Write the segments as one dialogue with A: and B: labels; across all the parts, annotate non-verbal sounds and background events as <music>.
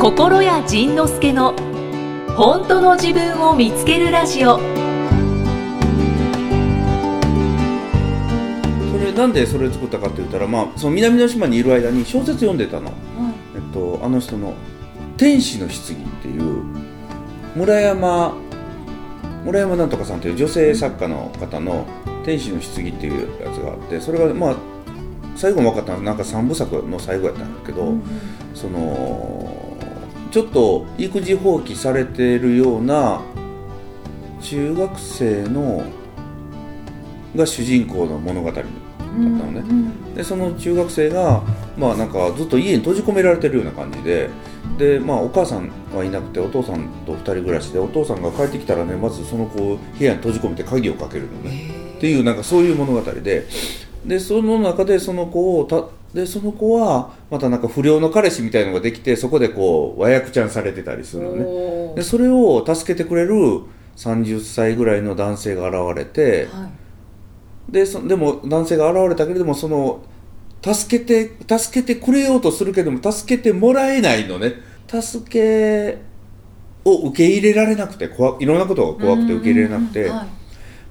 A: 心谷仁之助の本当の自分を見つけるラジオ
B: それなんでそれを作ったかって言ったら、まあ、その南の島にいる間に小説読んでたの、えっと、あの人の「天使の棺」っていう村山村山なんとかさんという女性作家の方の「天使の棺」っていうやつがあってそれがまあ最後に分かったのはなんか3部作の最後やったんだけど、そのちょっと育児放棄されてるような中学生のが主人公の物語だったのね、でその中学生がまあなんかずっと家に閉じ込められてるような感じででまあお母さんはいなくてお父さんと2人暮らしでお父さんが帰ってきたらねまずその子を部屋に閉じ込めて鍵をかけるのねっていうなんかそういう物語ででその中でその子をたでその子はまたなんか不良の彼氏みたいのができてそこでこう和訳ちゃんされてたりするのねでそれを助けてくれる30歳ぐらいの男性が現れて、でそでも男性が現れたけれどもその助けて助けてくれようとするけれども助けてもらえないのね助けを受け入れられなくて怖いろんなことが怖くて受け入れられなくて、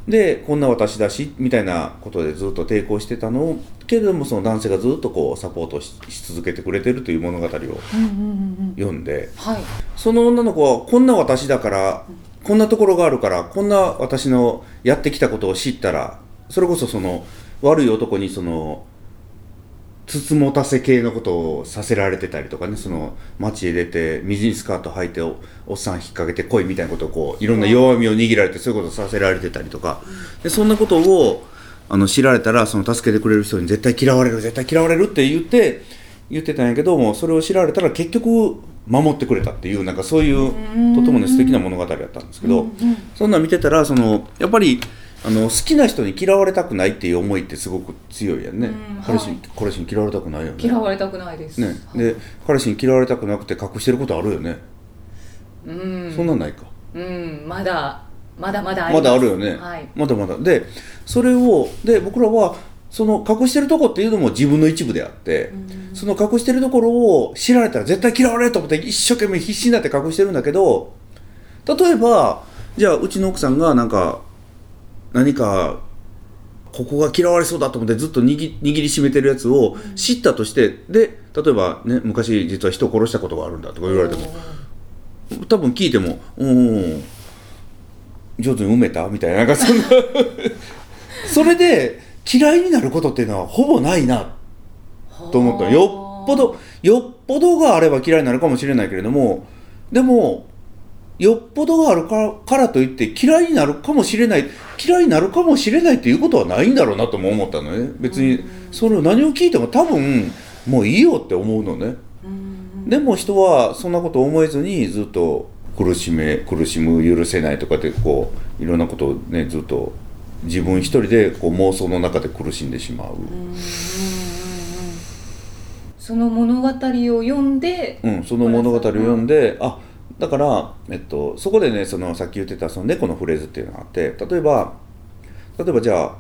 B: でこんな私だしみたいなことでずっと抵抗してたのをけれどもその男性がずっとこうサポートしし続けてくれてるという物語を読んで、その女の子はこんな私だからこんなところがあるからこんな私のやってきたことを知ったらそれこそその悪い男にそのつつもたせ系のことをさせられてたりとかねその街へ出てミジンスカート履いておおっさん引っ掛けて来いみたいなことをこういろんな弱みを握られてそういうことをさせられてたりとかでそんなことをあの知られたらその助けてくれる人に絶対嫌われる絶対嫌われるって言って言ってたんやけどもそれを知られたら結局守ってくれたっていうなんかそういうとてもね素敵な物語だったんですけどそんなん見てたらそのやっぱりあの好きな人に嫌われたくないっていう思いってすごく強いやんね、
C: うんは
B: 彼
C: い
B: 氏に彼氏に嫌われたくないよね
C: 嫌われたくないです。
B: ねで彼氏に嫌われたくなくて隠してることあるよね、
C: うん、
B: そんなんないか
C: うん、まだまだまだ
B: まだある
C: よ。
B: よね、
C: はい
B: まだまだでそれをで僕らはその隠してるとこっていうのも自分の一部であって、その隠してるところを知られたら絶対嫌われると思って一生懸命必死になって隠してるんだけど例えばじゃあうちの奥さんがなんか何かここが嫌われそうだと思ってずっと握握りしめてるやつを知ったとしてで例えばね昔実は人を殺したことがあるんだとか言われても多分聞いても「うんうんうん上手に埋めた?」みたいななんかそんなそれで嫌いになることっていうのはほぼないなと思ったのよっぽどよっぽどがあれば嫌いになるかもしれないけれどもでもよっぽどがあるからからといって嫌いになるかもしれない嫌いになるかもしれないっていうことはないんだろうなとも思ったのね別にそれを何を聞いても多分もういいよって思うのね。でも人はそんなこと思えずにずっと苦しめ苦しむ許せないとかってこういろんなことをねずっと自分一人でこう妄想の中で苦しんでしまう、
C: その物語を読んで、
B: うん、その物語を読んであだから、えっと、そこでねそのさっき言ってたその猫のフレーズっていうのがあって例えば例えばじゃあ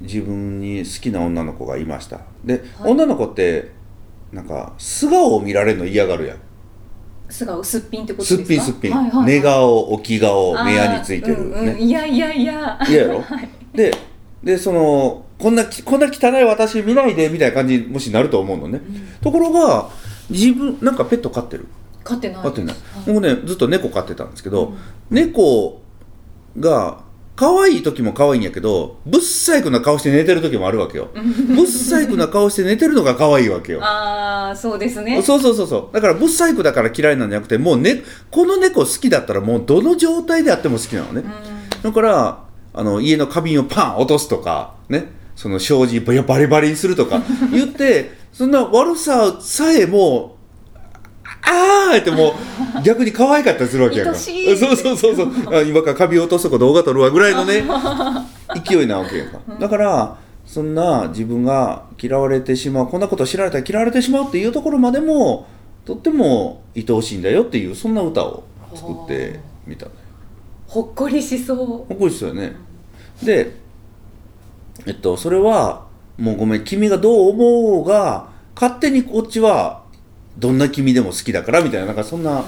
B: 自分に好きな女の子がいましたで、
C: はい
B: 女の子ってなんか素顔を見られるの嫌がるやん
C: 素顔すっぴんってことです
B: す
C: か。
B: っぴんすっぴん、
C: はいはいはい
B: 寝顔置き顔
C: あー
B: 目やについてる、
C: うんうん
B: ね
C: いやいやいや。
B: 嫌やろ、ででそのこんなきこんな汚い私見ないでみたいな感じにもしなると思うのね、ところが自分なんかペット飼ってる
C: 勝ってない。
B: 飼ってない
C: はい
B: 僕ねずっと猫飼ってたんですけど、猫が可愛い時も可愛いんやけどぶっさいくな顔して寝てる時もあるわけよぶっさいくな顔して寝てるのが可愛いわ
C: <laughs>
B: けよ
C: ああ、そうですね。
B: そうそうそうそうだからブサイクだから嫌いなんじゃなくてもう、ね、この猫好きだったらもうどの状態であっても好きなのね、だからあの家の花瓶をパン落とすとかねその障子バリバリにするとか言ってそんな悪ささえもああってもう逆に可愛かったりするわけやから
C: 愛しい
B: そうそうそうそうあ今から花瓶落とすとか動画撮るわぐらいの
C: <laughs>
B: ね勢いなわけやんかだからそんな自分が嫌われてしまうこんなこと知られたら嫌われてしまうっていうところまでもとっても愛おしいんだよっていうそんな歌を作ってみたのよ
C: ほっこりしそう。
B: かっこいいですよねでえっとそれはもうごめん君がどう思おうが勝手にこっちはどんな君でも好きだからみたいななんかそんな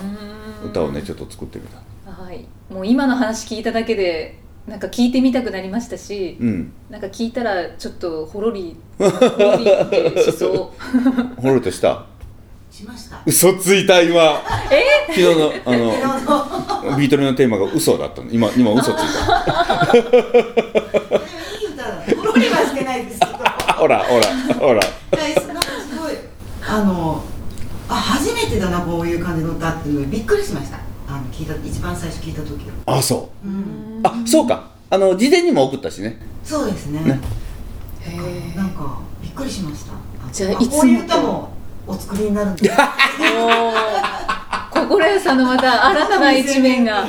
C: うん
B: 歌をねちょっと作ってみた
C: はいもう今の話聞いただけでなんか聞いてみたくなりましたし
B: うん
C: なんか聞いたらちょっとほろりほろりってしそう
B: <laughs> ほろっとした
D: しました。
B: 嘘ついた
C: <laughs>
B: 今昨日の
D: なる
B: あ
D: ほど。
B: のビートルのテーマが嘘だったの今今嘘ついた
D: でもいい歌だ。ほろりはしてないですけど。
B: あほらほらほら
D: いやなんかすごい。あの、あ、初めてだな、こういう感じの歌っていうのびっくりしました。あの、聞いた、一番最初聞いた時。。
B: あそう
C: うん
B: う
C: ん
B: あそうかあの事前にも送ったしね
D: そうですね。
B: ね
C: へえ
D: なんか、びっくりしました。あ
C: じゃあ
D: こ
C: いつもと
D: ういう歌も、お作りになるんです。
C: おー心屋さんのまた新たな一面が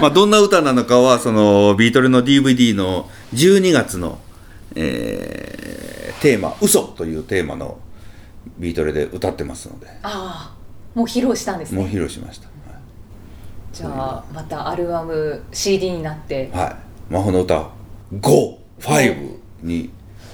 B: まあ、どんな歌なのかはそのビートルの DVD の12月の、えーテーマ「嘘というテーマのビートルで歌ってますので
C: ああもう披露したんです
B: もう
C: ね
B: 披露しました
C: じゃあまたアルバム CD になって
B: はい、はい、魔法の歌55に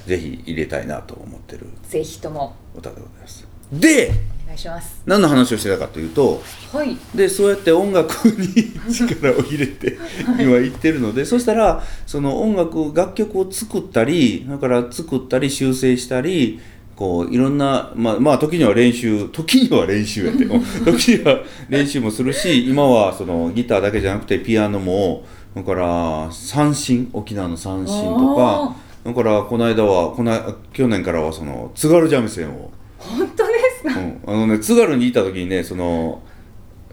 B: ぜひ入れたいなと思ってる
C: ぜひとも
B: 歌でございますで
C: お願いします
B: 何の話をしてたかというと
C: はい
B: でそうやって音楽に力を入れて今言ってるのでそしたらその音楽楽曲を作ったりだから作ったり修正したりこういろんなまあ、まあ、時には練習時には練習やって時には練習もするし今はそのギターだけじゃなくてピアノもだから三振沖縄の三振とかだからこの間はこの去年からはその津軽三味線を。
C: 本当ですか
B: うん、あのね津軽にいた時にねその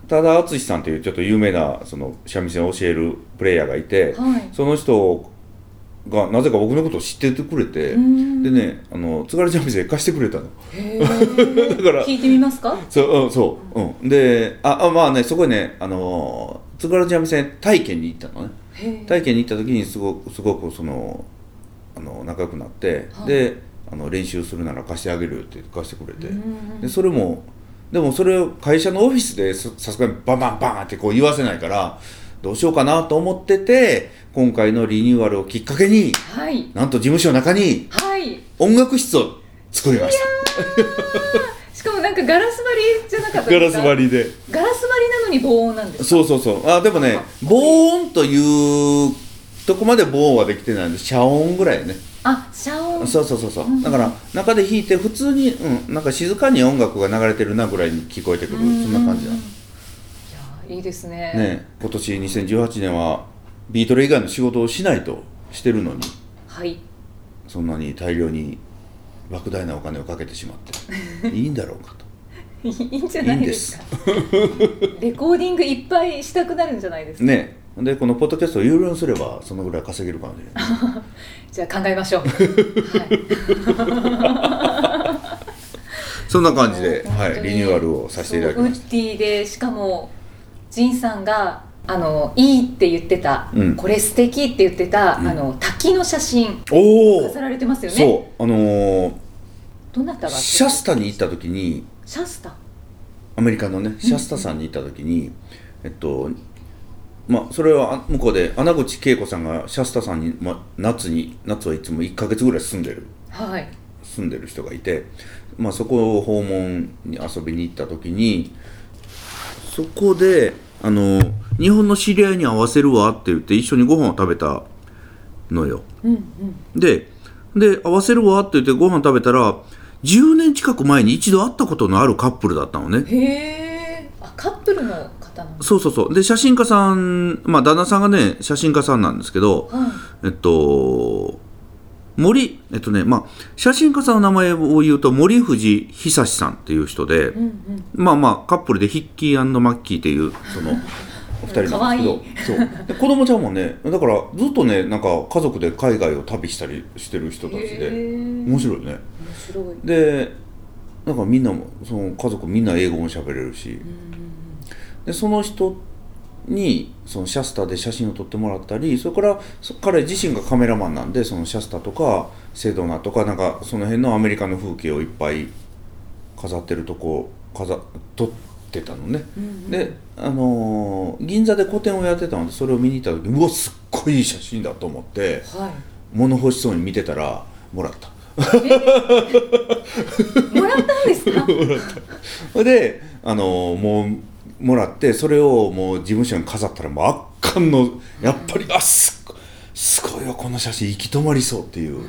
B: 多田敦さんというちょっと有名なその三味線を教えるプレイヤーがいて
C: はい
B: その人がなぜか僕のことを知っててくれて
C: うーん
B: でねあの津軽三味線貸してくれたの <laughs>
C: へえ
B: だから
C: 聞いてみますか
B: そう,、うんそううん、でああまあねそこへねあの津軽三味線体験に行ったのね
C: へえ
B: 体験に行った時にすごくすごくそのあの仲良くなって、
C: はい
B: であの練習するなら貸してあげるよって貸してくれて。
C: うん
B: でそれもでもそれを会社のオフィスでささすがにバンバンバンってこう言わせないからどうしようかなと思ってて今回のリニューアルをきっかけに
C: はい
B: なんと事務所の中に
C: はい
B: 音楽室を作りまし
C: しかもなんかガラス張りじゃなかったたですか
B: りで
C: ガラス張りなのに防音なんです
B: そうそうそうあでもね
C: あ
B: 防音というとこまで防音はできてないんで遮音ぐらいね
C: あ遮音
B: そうそうそうそう
C: うん
B: だから中で弾いて普通に、うん、なんか静かに音楽が流れてるなぐらいに聞こえてくるそんな感じだ
C: ういやいいですね
B: ね、今年2018年はビートル以外の仕事をしないとしてるのに
C: はい
B: そんなに大量に莫大なお金をかけてしまって
C: <laughs>
B: いいんだろうかと
C: いいんじゃないですかレコーディングいっぱいしたくなるんじゃないですか、
B: ねでこのポッドキャストを有料にすればそのぐらい稼げるかもしれない
C: じゃあ考えましょう、はい、
B: そんな感じで、
C: もう本
B: は
C: 当
B: い、
C: に
B: リニューアルをさせていただきまし
C: そうウッディでしかも仁さんがあのいいって言ってた、
B: うん
C: これ素敵って言ってた、
B: うん
C: あの滝の写真
B: たおお、
C: 飾られてますよね
B: そうあのー
C: どなたが
B: シャスタに行ったた時に
C: シャスタ
B: アメリカのねシャスタさんに行った時に、えっとまあそれはあ向こうで穴口恵子さんがシャスタさんに、まあ、夏に夏はいつも1ヶ月ぐらい住んでる
C: はい
B: 住んでる人がいて、まあ、そこを訪問に遊びに行った時にそこであの日本の知り合いに会わせるわって言って一緒にご飯を食べたのよ
C: うんうん
B: でで会わせるわって言ってご飯食べたら10年近く前に一度会ったことのあるカップルだったのね
C: へえあカップルの方なんです
B: そうそうそうで写真家さんまあ旦那さんがね写真家さんなんですけど
C: は
B: え
C: い
B: っと森えっとねまあ写真家さんの名前を言うと森藤久志さんっていう人で、
C: うんうん
B: まあまあカップルでヒッキーマッキーっていうそのお二人なんですけどそうで子供ちゃんもねだからずっとねなんか家族で海外を旅したりしてる人たち
C: へ
B: で
C: え面
B: 面白いね
C: 白いうん
B: でなんかみんなもその家族みんな英語も喋れるしでその人にそのシャスターで写真を撮ってもらったりそれからそ彼自身がカメラマンなんでそのシャスターとかセドナとかなんかその辺のアメリカの風景をいっぱい飾ってるとこ飾撮ってたのね。
C: うんうん
B: で、あのー銀座で個展をやってたのでそれを見に行った時うわすっごいいい写真だと思って
C: はい
B: 物欲しそうに見てたらもらった
C: もらったんで
B: <laughs>
C: すか
B: であのもうもらってそれをもう事務所に飾ったらもう圧巻のやっぱりあすっすごいわこの写真行き止まりそうっていう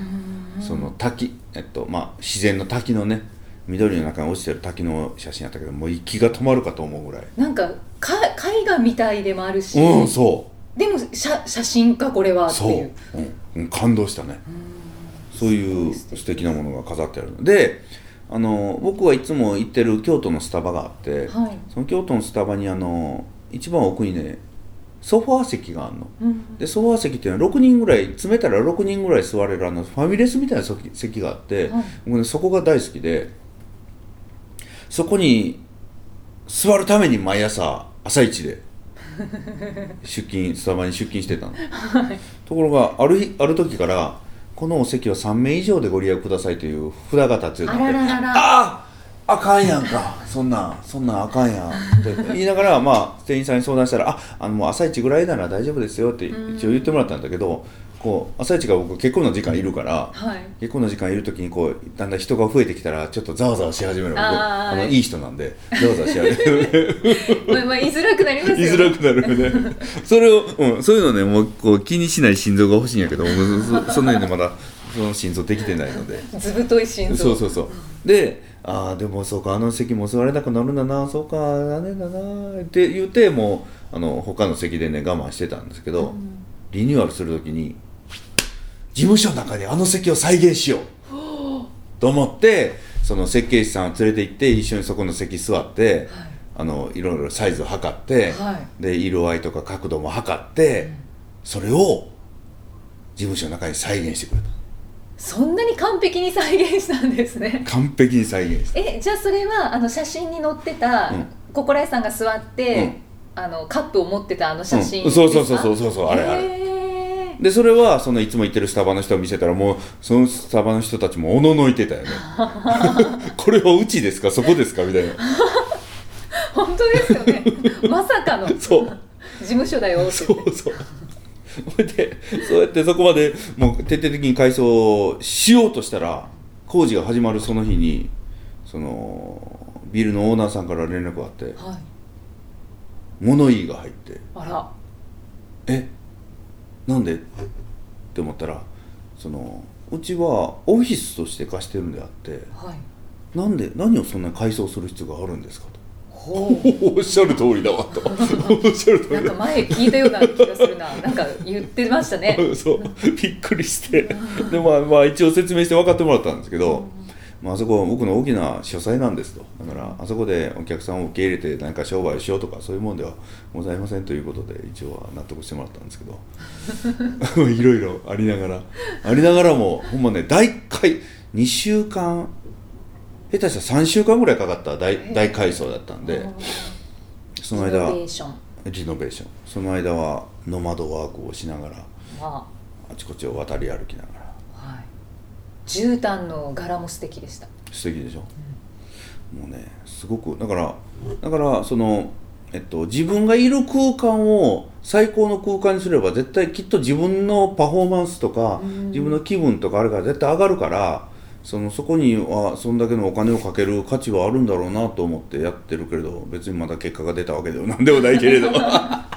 B: その滝えっとまあ自然の滝のね緑の中に落ちてる滝の写真やったけどもう息が止まるかと思うぐらい
C: なんかか絵画みたいでもあるし、
B: うんそ
C: でも写写真かこれ
B: う
C: はって
B: そ
C: いう
B: う、うんうん、感動したねそういう
C: すごい
B: 素敵なものが飾ってあるのであの僕はいつも行ってる京都のスタバがあって、
C: はい、
B: その京都のスタバにあの一番奥にねソファー席があるの
C: うん、
B: でソファー席っていうのは6人ぐらい詰めたら6人ぐらい座れるあのファミレスみたいな席席があって、
C: はい
B: 僕ねそこが大好きでそこに座るために毎朝朝一
C: <laughs>
B: で出勤スタバに出勤してたの、ところがある日ある時からこのお席は3名以上でご利用くださいという札が立つようになって
C: あらららら
B: あああかんやんかそんなんそんなんあかんやんって言いながらまあ店員さんに相談したら「ああのもう朝一ぐらいなら大丈夫ですよ」って一応言ってもらったんだけどこう朝一が僕結構な時間いるから
C: はい
B: 結構な時間いる時にこうだんだん人が増えてきたらちょっとざわざわし始める僕
C: あ
B: あの
C: ー
B: いい人なんでざわざわし始める。
C: <laughs> まあまあ居づらくなります
B: 言
C: よね
B: いづらくなるよねそれを、うん、そういうのねもうこう気にしない心臓が欲しいんやけどもうそ <laughs> そそのようにまだその心臓できてないので
C: ずぶとい心
B: そ
C: 臓
B: うそうそうでああでもそうかあの席も座れなくなるんだなそうか残念だなって言ってもうあの他の席でね我慢してたんですけど、リニューアルするときに事務所の中であの席を再現 <gasps> しようと思ってその設計士さんを連れて行って一緒にそこの席座って、あのいろいろサイズを測って、
C: は
B: で色合いとか角度も測って、それを事務所の中に再現してくれた
C: そんなに完璧に再現したんですね
B: 完璧に再現した
C: えじゃあそれはあの写真に載って
B: う
C: た
B: ん
C: 心得、さんが座って、あのカップを持ってたあの写真、
B: うんそうそうそうそうそうそうあれあれ
C: れ
B: でそれはそのいつも行ってるスタバの人を見せたらもうそのスタバの人たちもおののいてたよねこれはうちですかそこですかみたいな
C: 本当ですよ
B: <laughs>
C: ねまさかの
B: そう
C: 事務所だよって
B: そ
C: 言って
B: うそうそれでそうやってそこまでもう徹底的に改装しようとしたら工事が始まるその日にそのビルのオーナーさんから連絡があって
C: はい
B: 物言いが入って
C: あら
B: 「えなんで?」って思ったらそのうちはオフィスとして貸してるんであって
C: はい
B: なんで何をそんなに改装する必要があるんですかと
C: ほ
B: <laughs> おっしゃる通りだわとおっしゃる通
C: うなんか前聞いたような気がするななんか言ってましたね
B: そうびっくりしてでまあまあ一応説明して分かってもらったんですけど、まああそこ僕の大きな書斎なんですとだからあそこでお客さんを受け入れて何か商売をしようとかそういうもんではございませんということで一応は納得してもらったんですけど <laughs> いろいろありながらありながらもほんまね大改2週間下手したら3週間ぐらいかかった大大改装だったんでその間
C: リノベーション
B: リノベーションその間はノマドワークをしながら
C: は、
B: あちこちを渡り歩きながら
C: はい、絨毯の柄も素敵でした
B: 素敵でしょ、もうねすごくだからだからそのえっと自分がいる空間を最高の空間にすれば絶対きっと自分のパフォーマンスとか、自分の気分とかあるから絶対上がるからそのそこにはそんだけのお金をかける価値はあるんだろうなと思ってやってるけれど別にまだ結果が出たわけでは何でもないけれどま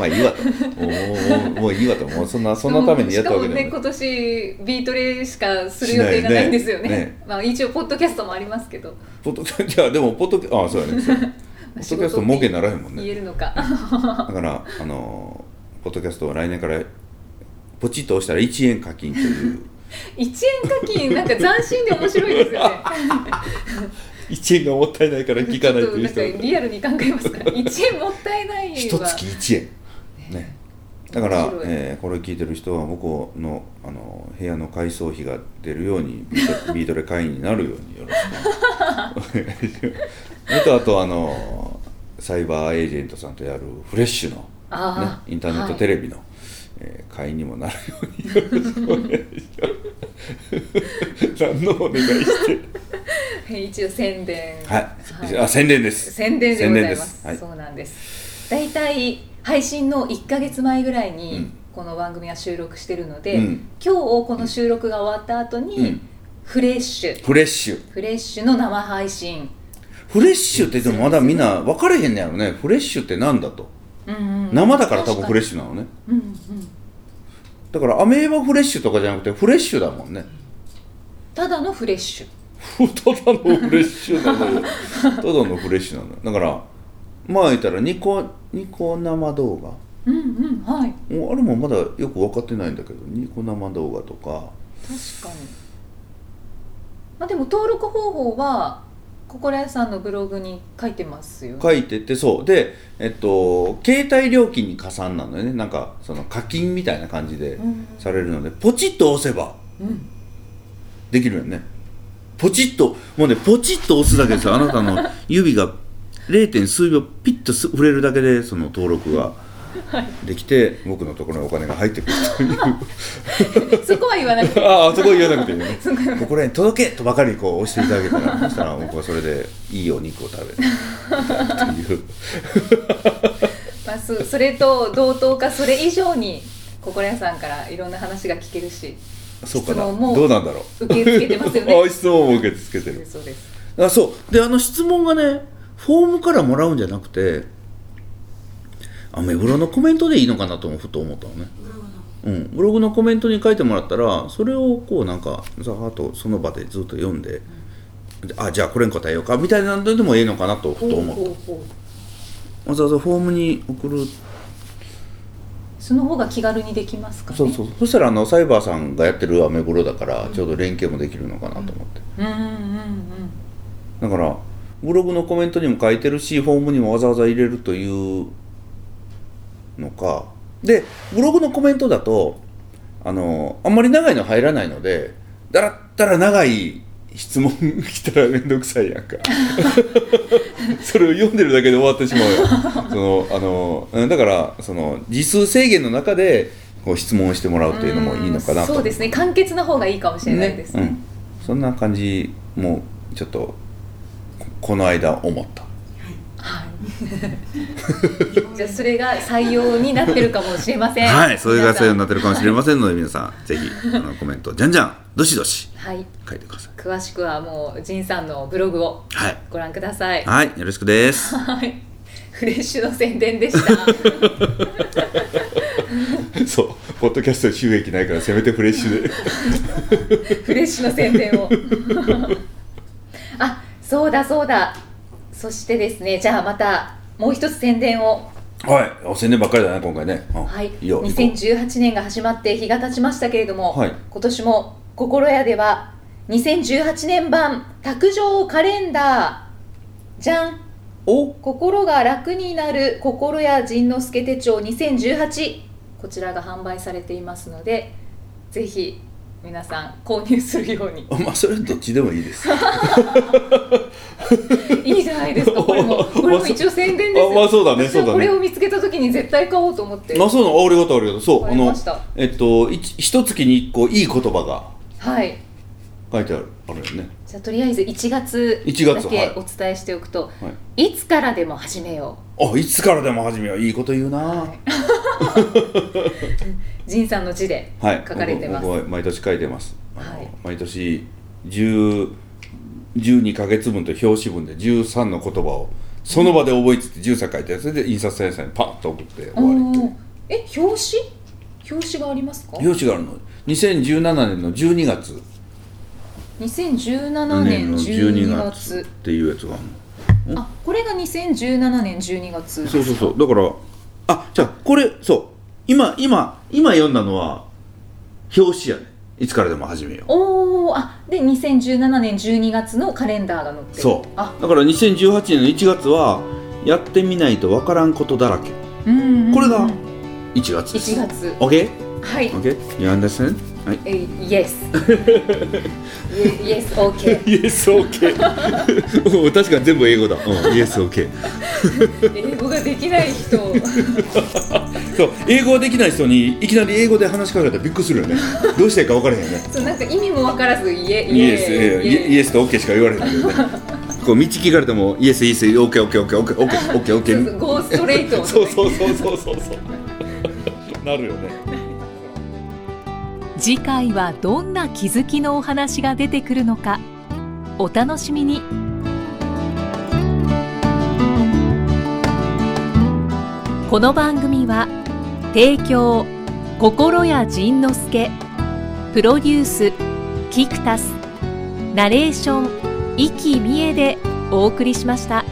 B: あいいわともうもうもういいわともうそんなそんなためにやったわけで
C: で
B: は
C: も
B: ない
C: しかもね今年ビートレしかする予定がないんですよね
B: しないね
C: <laughs> まあ、一応ポッドキャストもありますけど
B: ポッドキャストいやで <laughs> もポッドキャストあそうやねそう
C: <laughs>
B: ポッドキャスト儲けにならへんもん
C: 言
B: ね
C: えるのか <laughs>
B: だからあのーポッドキャストは来年からポチッと押したら1円課金という <laughs>
C: 一円課金なんか斬新で面白いですよね
B: 1円がもったいないから聞かないという
C: ちょっとなんか
B: 人
C: リアルに考えますから一円もったいないわ
B: 一月1円ねだから
C: 面白、い
B: えーこれ聞いてる人は僕のあのー部屋の改装費が出るようにビート <laughs> ビートレ会員になるようによろしくお願いします <laughs> あとあとあのーサイバーエージェントさんとやるフレッシュのね
C: あ、ー
B: インターネット
C: はい
B: テレビの、えー会員にもなるようによ
C: <laughs>
B: ろしくお願いします何のお願いして
C: 一応宣伝
B: はい、あ宣伝です
C: 宣伝でございます
B: 宣伝です、
C: そ
B: は
C: うなんです大体配信の1か月前ぐらいに、
B: うん
C: この番組は収録してるので、
B: うん
C: 今日この収録が終わった後に、
B: うん
C: フレッシュ
B: フレッシュ
C: フレッシュの生配信
B: フレッシュってでもまだみんな分かれへんねやろねフレッシュってなんだと
C: うんうん
B: 生だから多分フレッ
C: シ
B: シュなのね
C: ュ、うんうん、
B: だからアメーバフレッシュとかじゃなくてフレッシュだもんね
C: ただのフレッシュ
B: ただのフレッシュなの
C: <laughs>
B: よただのフレッシュなのよだからまあ言ったらニコニコ生動画
C: うんうんはい
B: もうあれもまだよく分かってないんだけどニコ生動画とか
C: 確かにまあでも登録方法は心屋さんのブログに書いてますよね
B: 書いててそうでえっと携帯料金に加算なのよねなんかその課金みたいな感じで
C: うん
B: されるのでポチッと押せば
C: うん
B: できるよねポチッともうねポチッと押すだけですよあなたの指が 0. 数秒ピッとす触れるだけでその登録ができて、僕のところにお金が入ってくるという
C: そこは言わなくて
B: ああそこ言わなくていいね
C: そこは言わなくて
B: これに届けとばかりこう押していただけた
C: <laughs>
B: らそしたら僕はそれでいいお肉を食べるという
C: まあ <laughs> そそれと同等かそれ以上に心屋さんからいろんな話が聞けるし
B: そうかな
C: 質問も
B: どうなんだろう
C: 受け付けてますよ
B: <laughs>
C: ね
B: あ質問も受け付けて
C: そうで
B: る
C: すそうです
B: あそうであの質問がねフォームからもらうんじゃなくてアメブロのコメントでいいのかなともふと思ったのね、
D: ブログの
B: うん、ブログのコメントに書いてもらったらそれをこうなんかざーっとその場でずっと読んで、であじゃあこれに答えようかみたいなのでもいいのかなとふと思った
C: ほうほうほう
B: わざわざフォームに送る
C: その方が気軽にできますかね
B: そうそうそしたらあのサイバーさんがやってるアメブロだからちょうど連携もできるのかなと思って、
C: うんうんうん
B: だからブログのコメントにも書いてるしフォームにもわざわざ入れるというのかでブログのコメントだとあのあんまり長いの入らないのでだらったら長い質問来たら面倒くさい
C: <laughs>
B: やんかそれを読んでるだけで終わってしまうよそのあのうんだからその時数制限の中でこう質問をしてもらうというのもいいのかなと
C: うんそうですね簡潔な方がいいかもしれないですね
B: うん、そんな感じもちょっとここの間思った
C: はいじゃあそれが採用になってるかもしれません
B: はいそれがそういうように
C: 皆
B: なってるかもしれませんので皆さんぜ
C: <laughs>
B: ひあのコメントじゃんじゃんどしどし
C: さんはい
B: 書いてください
C: 詳しくはもう仁さんのブログを
B: はい
C: ご覧ください
B: はいよろしくです
C: はいフレッシュの宣伝でした
B: <laughs> そうポッドキャスト収益ないからせめてフレッシュで
C: フレッシュの宣伝をあそうだそうだそしてですねじゃあまたもう一つ宣伝を
B: <laughs> はいお宣伝ばっかりだね今回ねうん
C: はい、
B: いいよ行こう
C: 2018年が始まって日が経ちましたけれども、
B: はい
C: 今年も心屋では2018年版卓上カレンダーじゃん
B: お
C: 心が楽になる心屋仁之助手帳2018こちらが販売されていますのでぜひ皆さん購入するよ
B: <laughs>
C: うに
B: まあそれどっちでもいいです
C: いいじゃないですかこれもこれも一応宣伝です
B: あまあ
C: よ
B: そうだね
C: 私
B: そう
C: は
B: だ
C: これ
B: ね
C: を見つけた時に絶対買おうと思って
B: あそうなのありがとうありがとうそう
C: 買
B: あ
C: い
B: の
C: ました
B: えっと一一月に一個いい言葉が
C: はい
B: 書いてあるあるよね
C: じゃあとりあえず1月
B: 1月
C: だ
B: はい
C: けお伝えしておくと、
B: はい
C: い、つからでも始めよ
B: あいつからでも始めよういいこと言うな
C: う、
B: は
C: はい仁さんの字で
B: い、
C: 書かれてます、
B: 僕僕は毎年書いてます、あの
C: はい
B: 毎年10 12ヶ月分と表紙分で13の言葉をその場で覚えつつ13書いてそれで印刷屋さんにパッと送って終わり
C: おーえ表紙表紙がありますか
B: 表紙があるの2017年の12月
C: 2017年12月
B: っていうやつがあるの
C: あこれが2017年12月
B: そうそうそうだからあじゃあこれそう今今今読んだのは表紙やねいつからでも始めよう
C: おおあで2017年12月のカレンダーが載ってる
B: そ
C: あ
B: うだから2018年の1月はやってみないとわからんことだらけ
C: うんうんうん
B: これが1月です
C: 1月
B: OK?OK?
C: はい
B: You understand? はい
C: えー
B: <laughs>
C: Yes Yes OK
B: Yes, OK うん <laughs> 確かに全部英語だ、うん、Yes, OK
C: 英語ができない人
B: そう英語はできない人にいきなり英語で話しかけたらびっくりするよねどうしていいか分からへんよね
C: そうなんか意味も分からず「イエイ
B: イエス、
C: エ
B: イエイ
C: イエ
B: エスとオッケーしか言われへんけどねこう道聞かれてもイエスイエスオッケーオッケーオッケーオッケーオッケーオッケーオッケー
C: そうそうゴーストレート
B: そうそうそうそうそうそうなるよね
A: 次回はどんな気づきのお話が出てくるのかお楽しみにこの番組は提供心谷仁之助プロデュースキクタスナレーション生きみえでお送りしました。